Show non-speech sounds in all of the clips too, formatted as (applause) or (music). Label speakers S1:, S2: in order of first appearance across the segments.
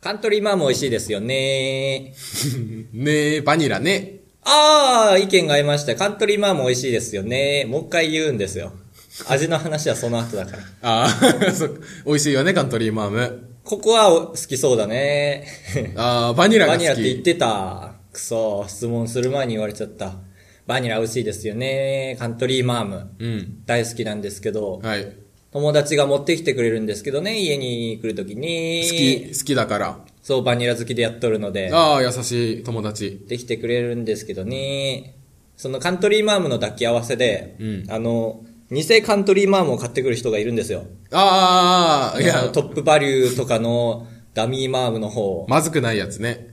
S1: カントリーマーム美味しいですよね。
S2: ねえ、バニラね。
S1: あー、意見が合いました。カントリーマーム美味しいですよね。もう一回言うんですよ。味の話はその後だから。
S2: ああ、 (laughs) そっか美味しいよね、カントリーマーム。
S1: ここは好きそうだね。
S2: ああ、バニラが
S1: バ
S2: 好き。
S1: ニラって言ってた。くそ、質問する前に言われちゃった。バニラ美味しいですよね。カントリーマーム。
S2: うん。
S1: 大好きなんですけど、
S2: はい。好
S1: 友達が持ってきてくれるんですけどね、家に来るときに。
S2: き、好きだから。
S1: そう、バニラ好きでやっとるので、
S2: ああ、優しい友達。
S1: できてくれるんですけどね、そのカントリーマームの抱き合わせで、
S2: うん
S1: あの、偽カントリーマームを買ってくる人がいるんですよ。
S2: ああ、い
S1: あの
S2: や、
S1: トップバリューとかのダミーマームの方。
S2: まずくないやつね。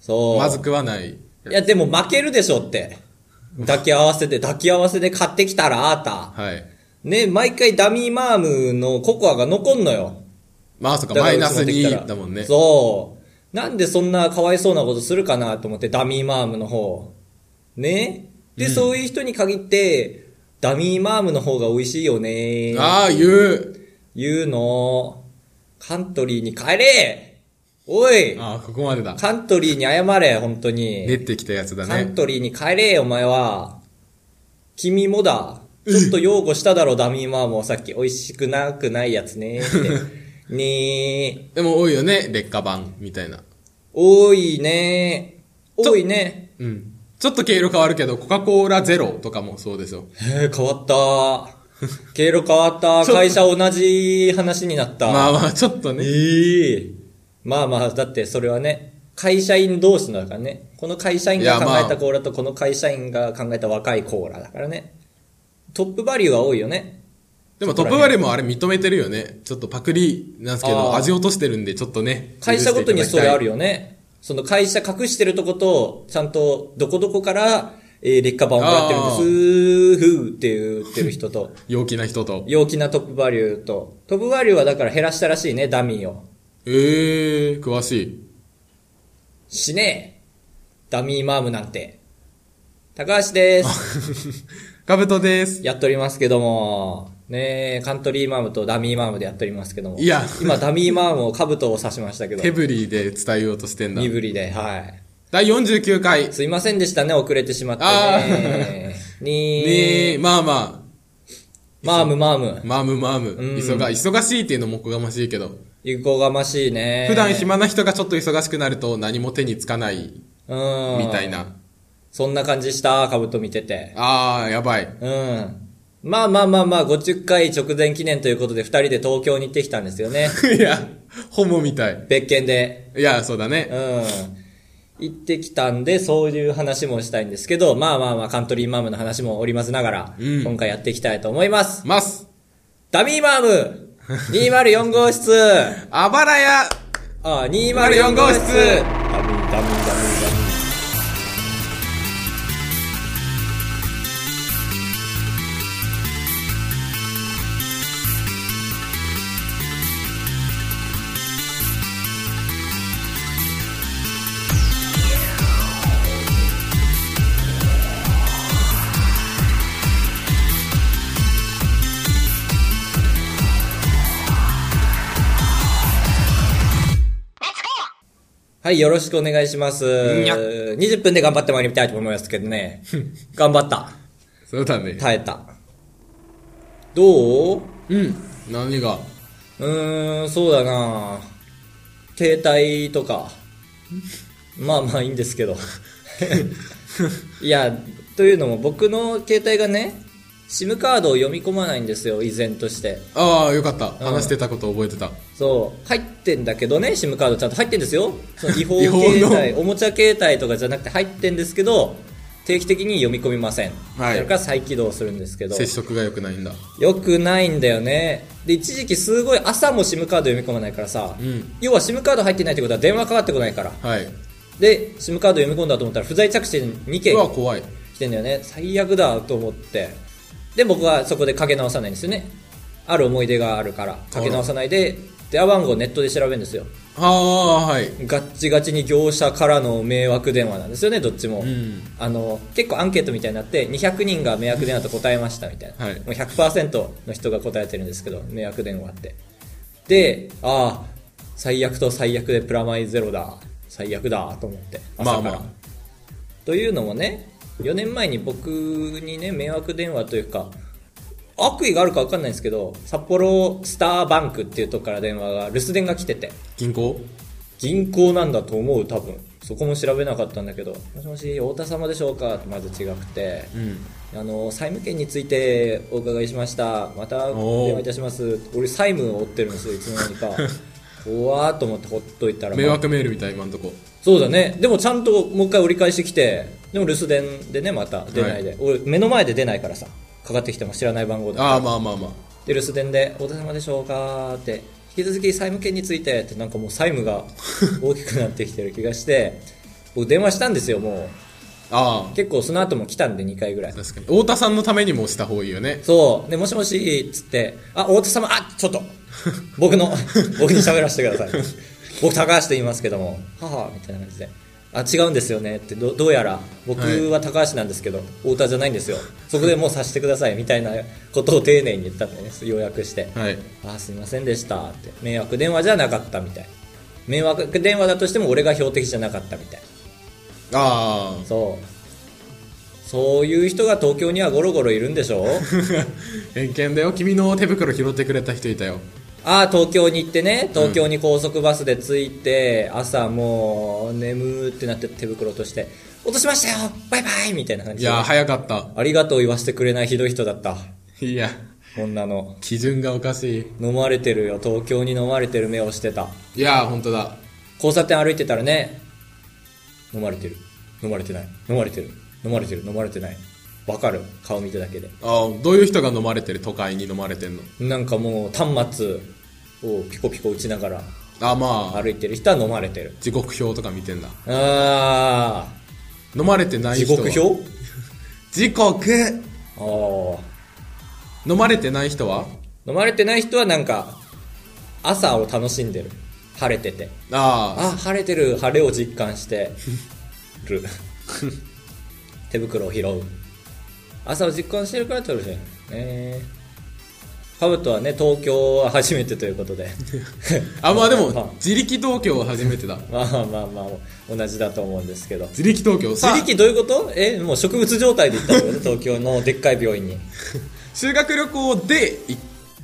S1: そう。
S2: まずくはない。
S1: いや、でも負けるでしょって。抱き合わせで、抱き合わせで買ってきたらあーた。
S2: はい。
S1: ね、毎回ダミーマームのココアが残んのよ。
S2: まあ、そっか、マイナス
S1: に
S2: 2だもんね。
S1: そう。なんでそんなかわいそうなことするかなと思って、ダミーマームの方。ねで、そういう人に限って、ダミーマームの方が美味しいよね
S2: ああ、言う。
S1: 言うの。カントリーに帰れおい
S2: ああ、ここまでだ。
S1: カントリーに謝れ、本当に。
S2: 練ってきたやつだ
S1: カン
S2: ね。
S1: トリーに帰れ、お前は。君もだ。ちょっと擁護しただろ、ダミーマームをさっき。美味しくなくないやつね
S2: (laughs)
S1: って。ねえ。
S2: でも多いよね、劣化版、みたいな。
S1: 多いね多いね
S2: うん。ちょっと経路変わるけど、コカ・コーラゼロとかもそうですよ。
S1: へえ変わった経路変わ
S2: (laughs)
S1: った会社同じ話になった、
S2: まあまあ、ちょっと
S1: え
S2: ね。
S1: えまあまあだってそれはね会社員同士だからねこの会社員が
S2: いや
S1: 考
S2: まあ
S1: えたコーラとこの会社員が考えた若いコーラだからねトップバリューは多いよね
S2: でもトップバリューもあれ認めてるよね。ちょっとパクリなんですけ
S1: あ
S2: ど、
S1: ー
S2: 味落としてるんで、ちょっとね。
S1: 会社ごとにそれある
S2: よ。
S1: よねその会社隠してるとことちゃんとどこどこから、えー劣化版をもらってるんですふーって言ってる人と
S2: 陽気な人と。
S1: 陽気なトップバリューと、トップバリューはだから減らしたらしいね、ダミーを。
S2: ええー、詳しい。
S1: しねえ。ダミーマームなんて。高橋
S2: (laughs)
S1: です。
S2: カブトです。
S1: やっておりますけども、ねえ、カントリーマームとダミーマームでやっておりますけども。
S2: いや
S1: 今ダミーマームを兜を刺しましたけど
S2: 手、振りで伝えようとしてんだ
S1: 身。振りで、はい。
S2: 第49回。
S1: すいませんでしたね、遅れてしまって
S2: あ
S1: ね。に
S2: (laughs) ねえ、まあま
S1: マームマーム
S2: あ、。マームマーム。
S1: ん
S2: 忙忙しいっていうのもおこがましいけど。
S1: ゆこがましいね。
S2: 普段暇な人がちょっと忙しくなると何も手につかない、
S1: うん。
S2: みたい。な。
S1: そんな感じした、兜見てて。
S2: あー、やばい。 (laughs)
S1: うん。まあまあまあまあ、50回直前記念ということで、二人で東京に行ってきたんですよね。
S2: いや、ホモみたい。
S1: 別件で。
S2: いや、そうだ
S1: う
S2: ね。
S1: ん。行ってきたんで、そういう話もしたいんですけど、まあまあまあ、カントリーマームの話も織り交ぜながら、
S2: うん
S1: 今回やっていきたいと思います。
S2: ます。
S1: ダミーマーム !204 号室
S2: あばらや
S1: あ、204号室ダミー、ダミー、ダミー、ダミー。はい、よろしくお願いします。
S2: にゃっ
S1: 20分で頑張ってまいりたいと思いますけどね。頑張った。
S2: そうだね。
S1: 耐えた。どう
S2: うん。何が
S1: うーん、そうだな携帯とか。まあまあいいんです
S2: (laughs)
S1: けど。いや、というのも僕の携帯がね、SIM カードを読み込まないんですよ、依然として。
S2: ああ、よかった。話してたこと覚えてた。
S1: そう。入ってんだけどね、SIM カードちゃんと入ってんですよ。そ
S2: (laughs)
S1: の違法
S2: 違法の
S1: 携帯、おもちゃ携帯とかじゃなくて入ってんですけど、定期的に読み込みません。
S2: はい
S1: それから再起動するんですけど。
S2: 接触が良くないんだ。
S1: よくないんだよねで一時期すごい朝も SIM カード読み込まないからさ、
S2: うん
S1: 要は SIM カード入ってないってことは電話かかってこないから
S2: はい。
S1: で SIM カード読み込んだと思ったら不在着信2件
S2: うわ、怖い。
S1: 来てんだよね最悪だと思ってで僕はそこでかけ直さないんですよねある思い出があるからかけ直さないで電話番号をネットで調べるんですよ
S2: ああー、はい。
S1: ガッチガチに業者からの迷惑電話なんですよねどっちも、
S2: うん
S1: あの結構アンケートみたいになって200人が迷惑電話と答えましたみたいな、
S2: はい
S1: もう100%の人が答えてるんですけど迷惑電話ってでああ最悪と最悪でプラマイゼロだ最悪だと思って朝
S2: ま
S1: か
S2: あ
S1: ら、
S2: まあ
S1: というのもね4年前に僕にね迷惑電話というか悪意があるか分かんないんですけど札幌スターバンクっていうとこから電話が留守電が来てて
S2: 銀行
S1: 銀行なんだと思う多分そこも調べなかったんだけど「もしもし太田様でしょうか?」まず違くて
S2: うん
S1: あの債務権についてお伺いしましたまた
S2: お
S1: お
S2: ー
S1: 願いいたします俺債務を負ってるんですよいつの間にか
S2: (laughs)
S1: 怖ーっと思ってほっといたら、
S2: 迷
S1: まあ
S2: 惑メールみたい今んとこ
S1: そうだねでもちゃんともう一回折り返してきてでも留守電でねまた出ないで、俺目の前で出ないからさかかってきても知らない番号だ
S2: ああまあまあまあ
S1: で留守電で「お田様でしょうか?」って引き続き債務権についてってなんかもう債務
S2: (laughs)
S1: が大きくなってきてる気がして僕電話したんですよも
S2: あ
S1: う結構その後も来たんで2回ぐらい
S2: あ確かに太田さんのためにもした方がいいよね
S1: そう。で、もしもし、つって、あ、太田様、あ、ちょっと、僕
S2: (laughs)
S1: の、僕に喋らせてください。僕、高橋と言いますけども、はは、みたいな感じで。あ、違うんですよねって、どどうやら、僕
S2: はい
S1: は高橋なんですけど、太田じゃないんですよ。そこでもう察してください、みたいなことを丁寧に言ったんだよね、要約して。
S2: はい
S1: あ、すいませんでした、って。迷惑電話じゃなかったみたい。迷惑電話だとしても俺が標的じゃなかったみたい。
S2: ああ
S1: そう。そういう人が東京にはゴロゴロいるんでし
S2: (laughs)
S1: ょ
S2: 偏見だよ君の手袋拾ってくれた人いたよ
S1: ああ東京に行ってね東京に高速バスで着いて、朝もう眠ーってなって手袋として「落としましたよバイバイ!」みたいな感
S2: い
S1: じで
S2: やー
S1: あ
S2: 早かった
S1: りがとう言わせてくれないひどい人だった
S2: いや
S1: 女の
S2: 基準がおかしい
S1: 飲まれてるよ東京に飲まれてる目をしてた
S2: いやー本当だ
S1: 交差点歩いてたらね飲まれてる飲まれてない飲まれてる飲まれてる飲まれてないわかる顔見ただけで
S2: ああどういう人が飲まれてる都会に飲まれてんの
S1: なんかもう端末をピコピコ打ちながら
S2: ああまあ
S1: 歩いてる人は飲まれてる
S2: 時刻表とか見てんだ
S1: ああ
S2: 飲まれてない
S1: 時
S2: 人は
S1: 刻表
S2: 時刻
S1: ああ
S2: 飲まれてない人は
S1: 飲まれてない人はなんか朝を楽しんでる晴れてて
S2: ああ
S1: あ晴れてる晴れを実感してる手袋を拾う朝を実感してるから取るじゃんえカブトはね東京は初めてということ
S2: (laughs)
S1: で
S2: あまあで
S1: あ
S2: も自力東京は初めてだ
S1: まあまあまあ同じだと思うんですけど
S2: 自力東京さ
S1: 自
S2: あ
S1: 力どういうことえもう植物状態で行ったのよね東京のでっかい病院に
S2: 修学旅行で1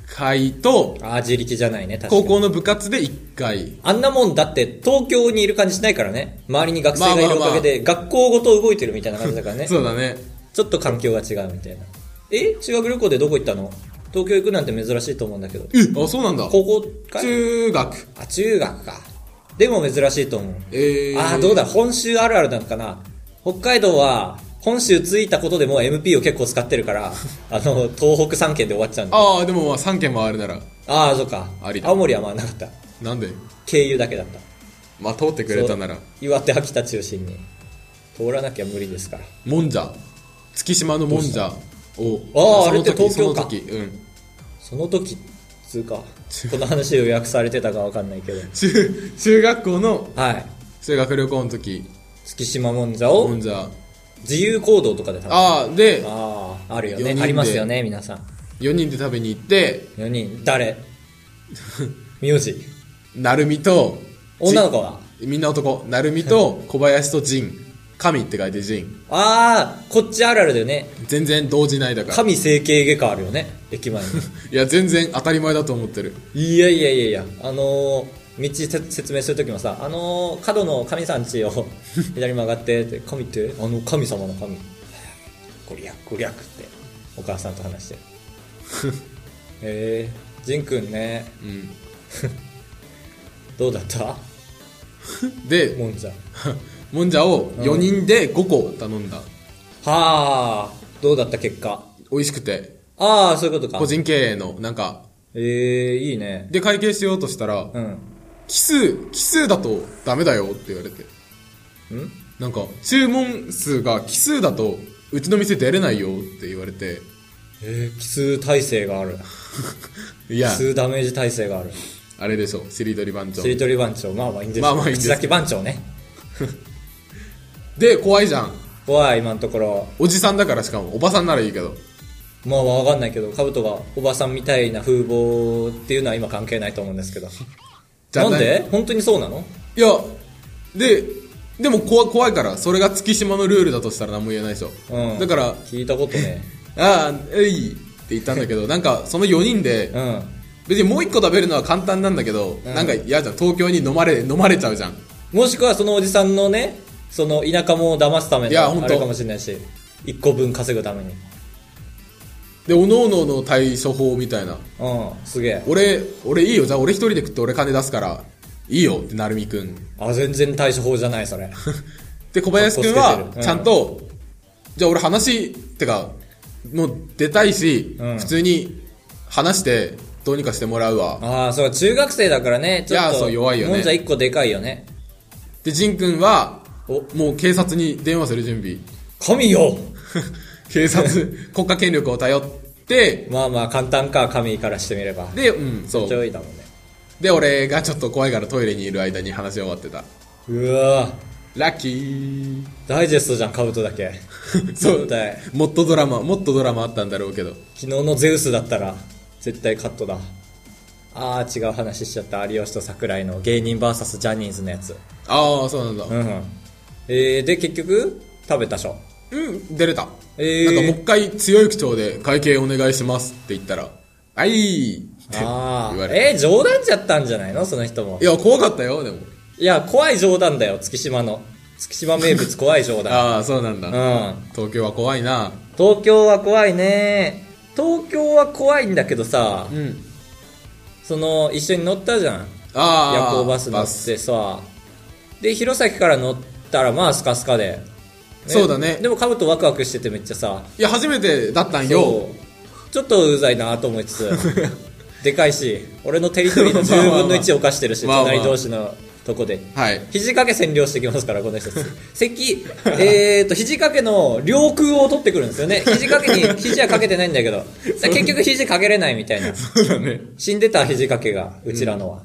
S2: 回と
S1: ああ自力じゃないね確かに
S2: 高校の部活で1回
S1: あんなもんだって東京にいる感じしないからね。周りに学生がいるおかげで学校ごと動いてるみたいな感じだからね。
S2: そうだね
S1: ちょっと環境が違うみたいな。え修学旅行でどこ行ったの東京行くなんて珍しいと思うんだけど。
S2: えあそうなんだ
S1: 高校かい
S2: 中学
S1: あ、中学か。でも珍しいと思う。
S2: えー、
S1: あー、どうだ、本州あるあるなのかな。北海道は、本州着いたことでもう MP を結構使ってる
S2: (laughs)
S1: から、あの、東北3県で終わっちゃうんだ。
S2: ああでもまあ3県回るなら
S1: ああ、そっか
S2: あり。だ
S1: 青森はまあなかった。
S2: なんで
S1: 経由だけだった。
S2: まあ通ってくれたなら
S1: 岩手秋田中心に通らなきゃ無理ですから
S2: もんじゃ月島のもんじゃを
S1: あーあ
S2: その時
S1: れって東京か
S2: その時うん
S1: その時つう
S2: (laughs)
S1: かこの話予約されてたかわかんないけど
S2: 中 (laughs) 中学校の
S1: はい
S2: 修学旅行の時
S1: 月島もんじゃ
S2: も
S1: を
S2: んじゃ
S1: 自由行動とかで食べあ
S2: ああで
S1: あーあるよ
S2: 四人
S1: ね
S2: で
S1: ありますよね皆さん
S2: 4人で食べに行って
S1: 4人
S2: (laughs)
S1: 誰名字
S2: なるみとじ
S1: 女の子は
S2: みんな男なるみと小林と仁神って書いて仁
S1: ああこっちあるあるだよね
S2: 全然動じないだから
S1: 神整形外科あるよね駅
S2: (laughs)
S1: 前に
S2: いや全然当たり前だと思ってる
S1: いやいやいやいやあのー道せ説明するときもさ、あのー角の神さん
S2: (laughs)
S1: ちを左曲がってって、神ってあの神様の神。ご利益、ご利益って、お母さんと話してる。
S2: (laughs)
S1: へえー、仁くんね、
S2: うん
S1: どうだった
S2: で
S1: もんじゃ。
S2: もんじゃを4人で5個頼んだ
S1: はあ、どうだった結果。
S2: 美味しくて
S1: ああ、そういうことか
S2: 個。人経営のなんか
S1: ええー、いいね。
S2: で会計しようとしたら
S1: うん。
S2: 奇数奇数だとダメだよって言われて
S1: ん
S2: なんか注文数が奇数だとうちの店出れないよって言われて
S1: えー、奇数体制がある。
S2: い
S1: 奇
S2: や
S1: 数ダメージ体制がある。
S2: あれでしょしりとり番長
S1: しりとり番長、まあまあいいんです
S2: まあまあいいんです
S1: 口だけ番長ね。
S2: で怖いじゃん
S1: 怖い今のところ
S2: おじさんだからしかもおばさんならいいけど
S1: まあわかん
S2: (laughs)
S1: ないけどカブトがおばさんみたいな風貌っていうのは今関係ないと思うんですけど
S2: じゃあ
S1: なんで本当にそうなの
S2: いやででも怖怖いからそれが月島のルールだとしたら何も言えないでしょ、
S1: うん
S2: だから
S1: 聞いたこと
S2: (laughs)
S1: ね
S2: ああ、えいって言ったんだ
S1: (laughs)
S2: けど、なんかその4人で、
S1: うん
S2: 別にもう1個食べるのは簡単なんだけど、
S1: うん
S2: なんか嫌じゃん、東京に飲まれ、飲まれちゃうじゃん。
S1: もしくはそのおじさんのねその田舎者を騙すため
S2: い
S1: の
S2: やほんと
S1: あれかもしれないし1個分稼ぐために
S2: で、おのおのの対処法みたいな。
S1: うんすげえ
S2: 俺、俺いいよ、じゃあ俺一人で食って俺金出すから、いいよってなるみくん。
S1: あ全然対処法じゃないそれ
S2: で、小林くん
S1: かっこつ
S2: は
S1: けて、る
S2: ちゃんと、じゃあ俺話、てか、もう出たいし、
S1: うん
S2: 普通に話して、どうにかしてもらうわ。
S1: ああそう中学生だからねちょっ
S2: いや
S1: と
S2: そう弱いよね
S1: もんじゃ1個でかいよね
S2: で、仁くんは、
S1: お
S2: もう警察に電話する準
S1: (laughs)
S2: 備。
S1: 神よ
S2: 警察、国家権力を頼って、
S1: まあまあ簡単か神からしてみればめっ
S2: で、うん、そ
S1: ちょ
S2: う。
S1: いだもんね
S2: で、俺がちょっと怖いからトイレにいる間に話し終わってた。
S1: うわ
S2: ラッキ
S1: (laughs)
S2: ー。
S1: ダイジェストじゃんカブトだけ
S2: そう
S1: 絶対
S2: もっとドラマ、もっとドラマあったんだろうけど。
S1: 昨日のゼウスだったら絶対カットだああ違う話しちゃった有吉と桜井の芸人 VS ジャニーズのやつ
S2: ああ、そうなんだ。
S1: うん、えー、で結局食べたしょ
S2: うん、出れた。
S1: えー
S2: なんかもう一回強い口調で会計お願いしますって言ったら、はいって言
S1: ああ
S2: われ
S1: えー、冗談じゃったんじゃないのその人も
S2: た。いや、怖かったよ、でも。
S1: いや怖い冗談だよ月島の月島名物怖い冗談
S2: ああ、そうなんだ。
S1: うん
S2: 東京は怖いな。
S1: 東京は怖いね東京は怖いんだけどさ、
S2: うん。
S1: その一緒に乗ったじゃん
S2: ああ、
S1: 夜行バス乗ってさで弘前から乗ったらまあスカスカで、
S2: そうだね
S1: でもかぶとワクワクしててめっちゃさ
S2: いや、初めてだったんよ。
S1: そうちょっとうざいなと思いつ
S2: (laughs)
S1: つでかいし俺のテリトリーの10分の1を犯してるし
S2: まあまあまあ
S1: 隣同士のとこで
S2: はい。
S1: 肘掛け占領してきますからこの人たち関えーと肘掛けの領空を取ってくるんですよね肘掛けに
S2: (laughs)
S1: 肘はかけてないんだけど結局肘かけれないみたいな
S2: そうだね。
S1: 死んでた肘掛けが、うちらのは。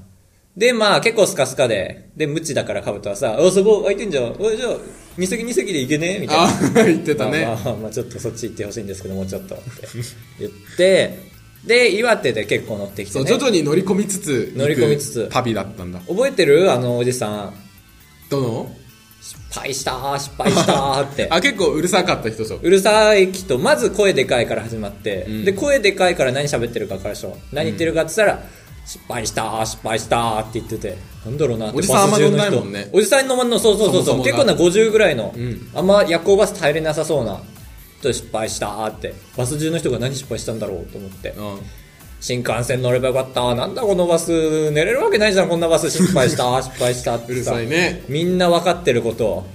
S1: で、まあ、結構スカスカで、で、無知だからカブトはさ、あ、そこ空いてんじゃん。おい、じゃあ、二席二席で行けねみたいな。
S2: ああ、言ってたね。
S1: まあまあまあ、まあちょっとそっち行ってほしいんですけど、もうちょっとって言って、で、岩手で結構乗ってき
S2: そ
S1: て、
S2: う、
S1: ね。
S2: 徐々に乗り込みつつ、
S1: 乗り込みつつ
S2: 行く旅だったんだ。
S1: 覚えてるあのおじさん。
S2: どの
S1: 失敗したー、失敗したー
S2: (laughs)
S1: って。
S2: あ、結構うるさかった人でしょ。
S1: うるさいきと、まず声でかいから始まって、
S2: うん
S1: で、声でかいから何喋ってるか分からでしょ。何言ってるかって言ったら、失敗したー、失敗したーって言ってて、なんだろうなって
S2: おじさんあん
S1: バ
S2: ま
S1: ス中の人
S2: 飲んないもんね
S1: おじさん飲まんの、そうそうそうそう
S2: そもそもが
S1: 結構な50ぐらいの、
S2: ん
S1: あんま夜行バス耐えれなさそうな、と失敗したーって、バス中の人が何失敗したんだろうと思って、
S2: うん。
S1: 新幹線乗ればよかったー、なんだこのバス、寝れるわけないじゃん、こんなバス失敗したー、失敗したーっ
S2: う
S1: て
S2: る
S1: さ
S2: さいね。
S1: みんな分かってることを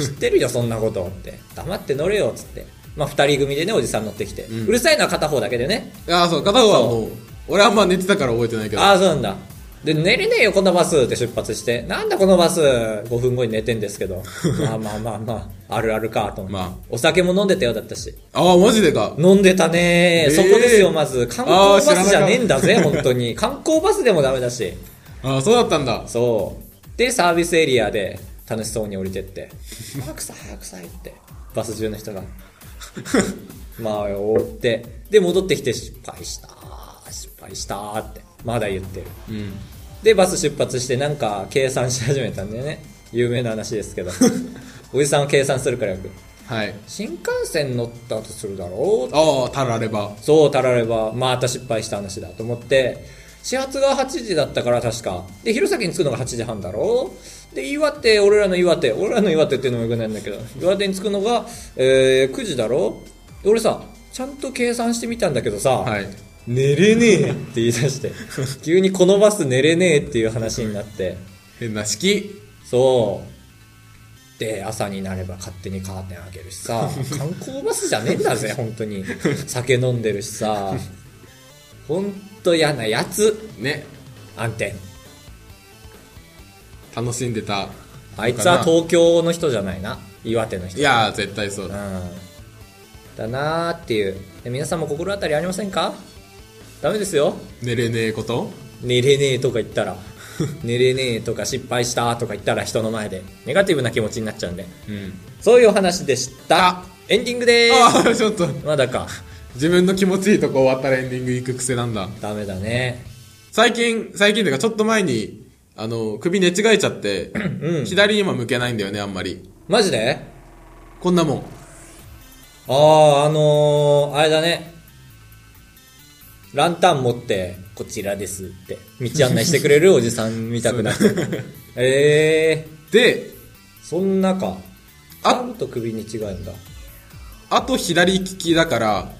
S1: 知ってるよそんなことって黙って乗れよっつってまあ2人組でねおじさん乗ってきて、う
S2: うん
S1: るさいのは片方だけでね
S2: ああ、そう、片方はもう、俺あんま寝てたから覚えてないけど。
S1: ああそうなんだで寝れねえよこんなバスって出発してなんだこのバス5分後に寝てんですけどまあまあまあまああるあるかと思って、
S2: まあ
S1: お酒も飲んでたようだったし
S2: ああ、マジでか。
S1: 飲んでたね
S2: えー
S1: そこですよまず観光バ
S2: あー知らなか
S1: ス
S2: った
S1: じゃねえんだぜ本当に観光バスでもダメだし
S2: ああ、そうだったんだ。
S1: そう。で、サービスエリアで楽しそうに降りてって、早くさ、早くさ、言って、バス中の人が。 (laughs) まあ、追って、で、戻ってきて、失敗した、失敗したって、まだ言ってる。
S2: うん。
S1: で、バス出発して、なんか、計算し始めたんだよね。有名な話です
S2: (laughs)
S1: けど。おじさんは計算するからよく。
S2: はい。
S1: 新幹線乗ったとするだろう
S2: ああ、たられば。
S1: そうたらればまた失敗した話だと思って始発が8時だったから確かで弘前に着くのが8時半だろで岩手俺らの岩手俺らの岩手っていうのもよくないんだけど岩手に着くのが、えー9時だろで俺さちゃんと計算してみたんだけどさ、
S2: はい。
S1: 寝れねえって言い出
S2: (laughs)
S1: して急にこのバス寝れねえっていう話になって
S2: 変な式。
S1: そう。で、朝になれば勝手にカーテン開けるし
S2: (laughs)
S1: さ、観光バスじゃねえんだぜ、本当に。酒飲んでるしさ、ほんと嫌なやつ、
S2: ね。
S1: 暗転。
S2: 楽しんでた。
S1: あいつは東京の人じゃないな。岩手の人。
S2: いやー、絶対そう
S1: う
S2: だ。
S1: ん。だなーっていう。で皆さんも心当たりありませんかダメですよ。
S2: 寝れねえこと
S1: 寝れねえとか言った
S2: (laughs)
S1: ら、寝れねえとか失敗したとか言ったら人の前で、ネガティブな気持ちになっちゃうんで。
S2: うん。
S1: そういうお話でした
S2: あ。
S1: エンディングでーす。
S2: ああ、ちょっと。
S1: まだか。
S2: 自分の気持ちいいとこ終わったらエンディング行く癖なんだ。
S1: ダメだね。
S2: 最近、最近というかちょっと前に、あの、首寝違えちゃって、
S1: うん
S2: 左に今向けないんだよね、あんまり。
S1: マジで
S2: こんなもん。
S1: ああ、あのー、あれだね。ランタン持って、こちらですって、道案内してく
S2: (laughs)
S1: れるおじさんみたくなる。ええ
S2: で、
S1: ー、そんなか。
S2: あ
S1: あと首に違うんだ。
S2: あと左利きだから、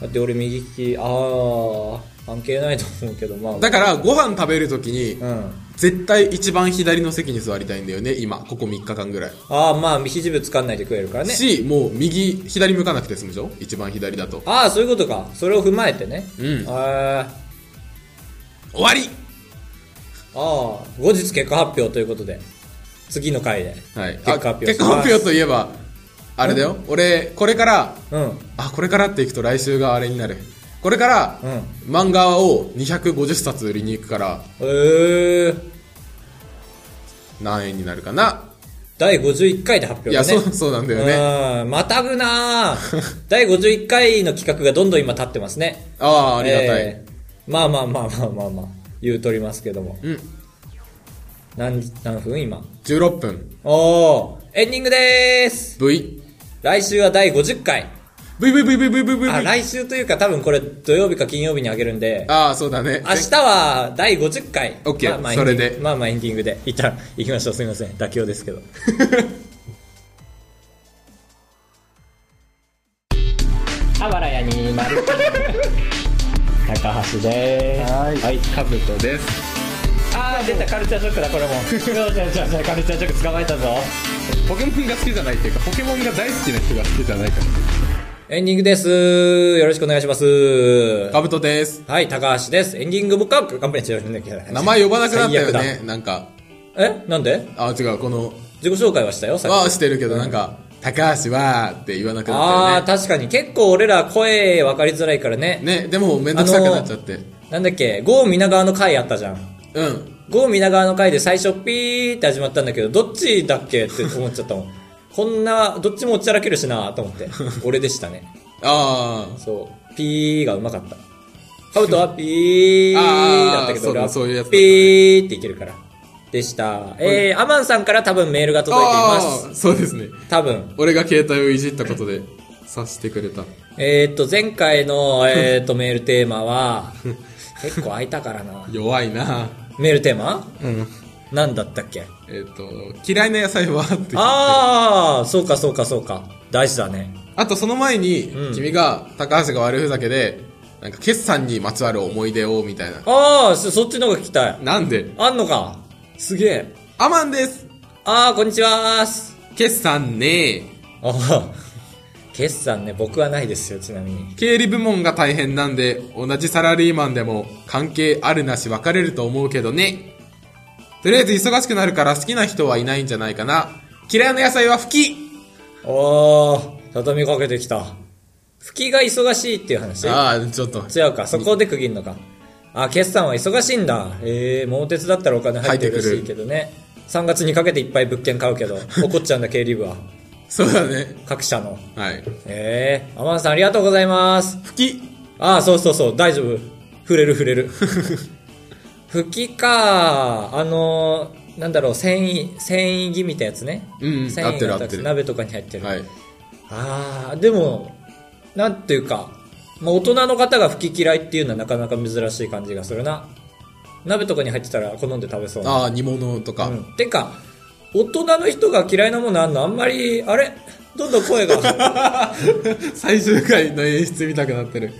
S1: だって俺右利き、ああ、関係ないと思うけど、まあ。
S2: だからご飯食べるときに、
S1: うん。
S2: 絶対一番左の席に座りたいんだよね、今。ここ3日間ぐらい。
S1: ああ、まあ、肘部つかんないで食えるからね。
S2: し、もう右、左向かなくて済むでしょ一番左だと。
S1: ああ、そういうことか。それを踏まえてね。
S2: うん
S1: あー
S2: 終わり
S1: あー、後日結果発表ということで。次の回で。
S2: はい。
S1: 結果
S2: あ
S1: 発表
S2: 結果発表といえば、あれだよ。俺、これから、
S1: うん。
S2: あ、これからっていくと来週があれになる。これから、
S1: う
S2: 漫画を250冊売りに行くから、
S1: ええー、
S2: 何円になるかな。
S1: 第51回で発表
S2: い
S1: だ
S2: や、
S1: ね。
S2: そう、そうなんだよね。
S1: うん。またぐな
S2: (laughs)
S1: ー第51回の企画がどんどん今立ってますね。
S2: ああ、ありがたい。
S1: えーまあまあまあまあまあまあ、言うとりますけども。
S2: うん。
S1: 何、何分今。
S2: 16分。
S1: おー、エンディングでーす
S2: V。
S1: 来週は第50回。
S2: V、V、V、V、V、V、V。
S1: あ、来週というか多分これ土曜日か金曜日にあげるんで、
S2: ああ、そうだね。
S1: 明日は第50回。
S2: オッケー
S1: まあまあ
S2: それで
S1: エンディングまあまあエンディングで。一旦行きましょう。すみません。妥協ですけど。 (laughs) あばらやにまる。高橋でーす。
S3: はい
S1: はい。
S2: かぶとです。
S1: あー、出たカルチャーショックだ、こ
S2: (laughs)
S1: れも。よしよしよしカルチャーショック捕まえたぞ。
S2: ポケモンが好きじゃないっていうか、ポケモンが大好きな人が好きじゃないから。
S1: エンディングです。よろしくお願いします。
S2: かぶとです。
S1: はい、高橋です。エンディング僕は頑張れちゃうんだけど。
S2: 名前呼ばなくなったよ
S1: 最
S2: ね。なんか、
S1: えなんで
S2: あ違う、この、
S1: 自己紹介はしたよ、さっき
S2: わーしてるけど、なんか、高橋はーって言わなくな
S1: あ
S2: っ
S1: ー、
S2: たよ
S1: 確かに。結構俺ら声分かりづらいからね。
S2: ね。ね、でもめんどくさくなっちゃって。
S1: なんだっけ、ゴー皆川の回あったじゃん。
S2: うん。
S1: ゴー皆川の回で最初ピーって始まったんだけど、どっちだっけって思っちゃったもん。 (laughs) こんな、どっちもおっちゃらけるしなと思
S2: (laughs)
S1: って。俺でしたね。
S2: あー。
S1: そう。ピーがうまかった。カブト
S2: (laughs)
S1: はピーだったけど、
S2: あー
S1: 俺は
S2: そうだそういうやつだった
S1: ピ
S2: ね
S1: ーっていけるから。でした。えー、アマンさんから多分メールが届いています。
S2: あー、そうですね。
S1: 多分。
S2: 俺が携帯をいじったことで、察してくれた。
S1: えー、っと、前回の、えー、っと、メールテーマは、 (laughs) 結構空いたからな。
S2: 弱いな
S1: メールテーマ
S2: うん。
S1: 何だったっけ
S2: えっ、と、嫌いな野菜はって。
S1: ああ、そうかそうかそうか。大事だね。
S2: あとその前に、
S1: うん
S2: 君が、高橋が悪ふざけで、なんか決算にまつわる思い出を、みたいな。
S1: ああ、そそっちの方が聞きたい。
S2: なんで
S1: あんのか。すげえ。
S2: アマンです
S1: ああ、こんにちはーす。
S2: 決算ね
S1: ああ、決算ね、僕はないですよ、ちなみに。
S2: 経理部門が大変なんで、同じサラリーマンでも関係あるなし分かれると思うけどね。とりあえず忙しくなるから好きな人はいないんじゃないかな。嫌いな野菜は吹き
S1: ああ、畳みかけてきた。吹きが忙しいっていう話
S2: ああ、ちょっと。
S1: 違うか、そこで区切んのか。あ、決算は忙しいんだ。えー、桃鉄だったらお金入ってる
S2: 入
S1: し
S2: っ
S1: い
S2: て
S1: けどね。3月にかけていっぱい物件買う
S2: (laughs)
S1: けど、怒っちゃうんだ、経理部は。
S2: そうだね。
S1: 各社の。
S2: はい。
S1: えー、アマンさんありがとうございます。
S2: 吹き
S1: あー、そうそうそう、大丈夫。触れる触れ
S2: (laughs)
S1: る。吹きか、あのー、なんだろう、繊維、繊維気味たやつね。
S2: うん
S1: 繊維
S2: 合ってる
S1: がたく
S2: 合ってる
S1: 鍋とかに入ってる。
S2: はい。
S1: あー、でも、なんていうか、まあ、大人の方が吹き嫌いっていうのはなかなか珍しい感じがするな。鍋とかに入ってたら好んで食べそうな。
S2: ああ、煮物とか。
S1: うん、てか、大人の人が嫌いなものあんのあんまり、あれどんどん声が
S2: 最終回の演出見たくなってる。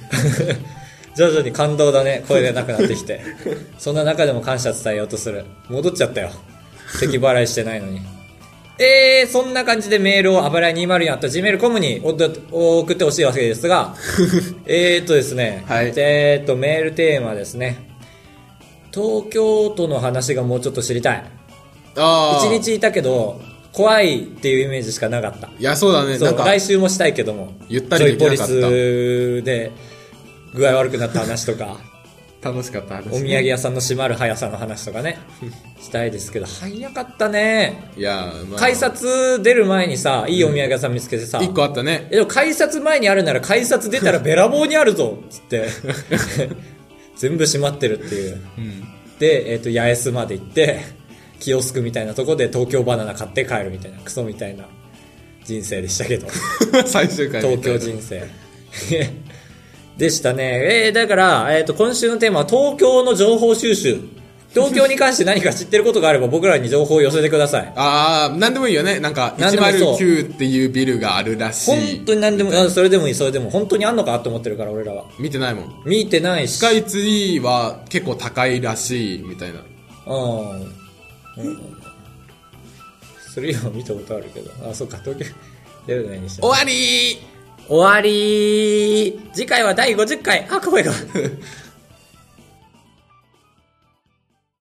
S1: 徐々に感動だね。声がなくなってきて。そんな中でも感謝伝えようとする。戻っちゃったよ。咳払いしてないのに。えー、そんな感じでメールをあばらや204あった gmail.com におど送ってほしいわけですが、
S2: (laughs)
S1: えーっとですね、
S2: はい
S1: えーっと、メールテーマですね。東京都の話がもうちょっと知りたい。
S2: ああ。
S1: 一。日いたけど、怖いっていうイメージしかなかった。
S2: いや、そうだね。
S1: そ
S2: な
S1: うん
S2: か、
S1: 来週もしたいけども
S2: ゆったりできなかった
S1: ジョイポリスで具合悪くなった話とか
S2: 楽しかった話。
S1: お土産屋さんの閉まる速さの話とか
S2: (laughs)
S1: ねしたいですけど早かったね
S2: いや、まあ
S1: 改札出る前にさいいお土産屋さん見つけてさ、
S2: 一個あったね。
S1: えでも改札前にあるなら改札
S2: (laughs)
S1: 出たらべらぼうにあるぞっつって全部閉まってるっていう、で、えっ、と、八重洲まで行って、キオスクみたいなとこで東京バナナ買って帰るみたいな、クソみたいな人生でしたけど。
S2: (laughs) 最終回み
S1: 東
S2: た
S1: 京
S2: いな
S1: 人生 (laughs) でしたねえー、だから、えー、と今週のテーマは東京の情報収集東京に関して何か知ってることがあれば僕らに情報を寄せてください
S2: ああなんでもいいよねなんか
S1: なんでもそう
S2: 109っていうビルがあるらしい
S1: 本当に何でもあそれでもいいそれでも本当にあんのかと思ってるから俺らは
S2: 見てないもん
S1: 見てないし
S2: スカイツリーは結構高いらしいみたいな
S1: うん、うん、それ以外は見たことあるけどあそっか東京出るないにした
S2: 終わりー
S1: 終わり次回は第50回あ声が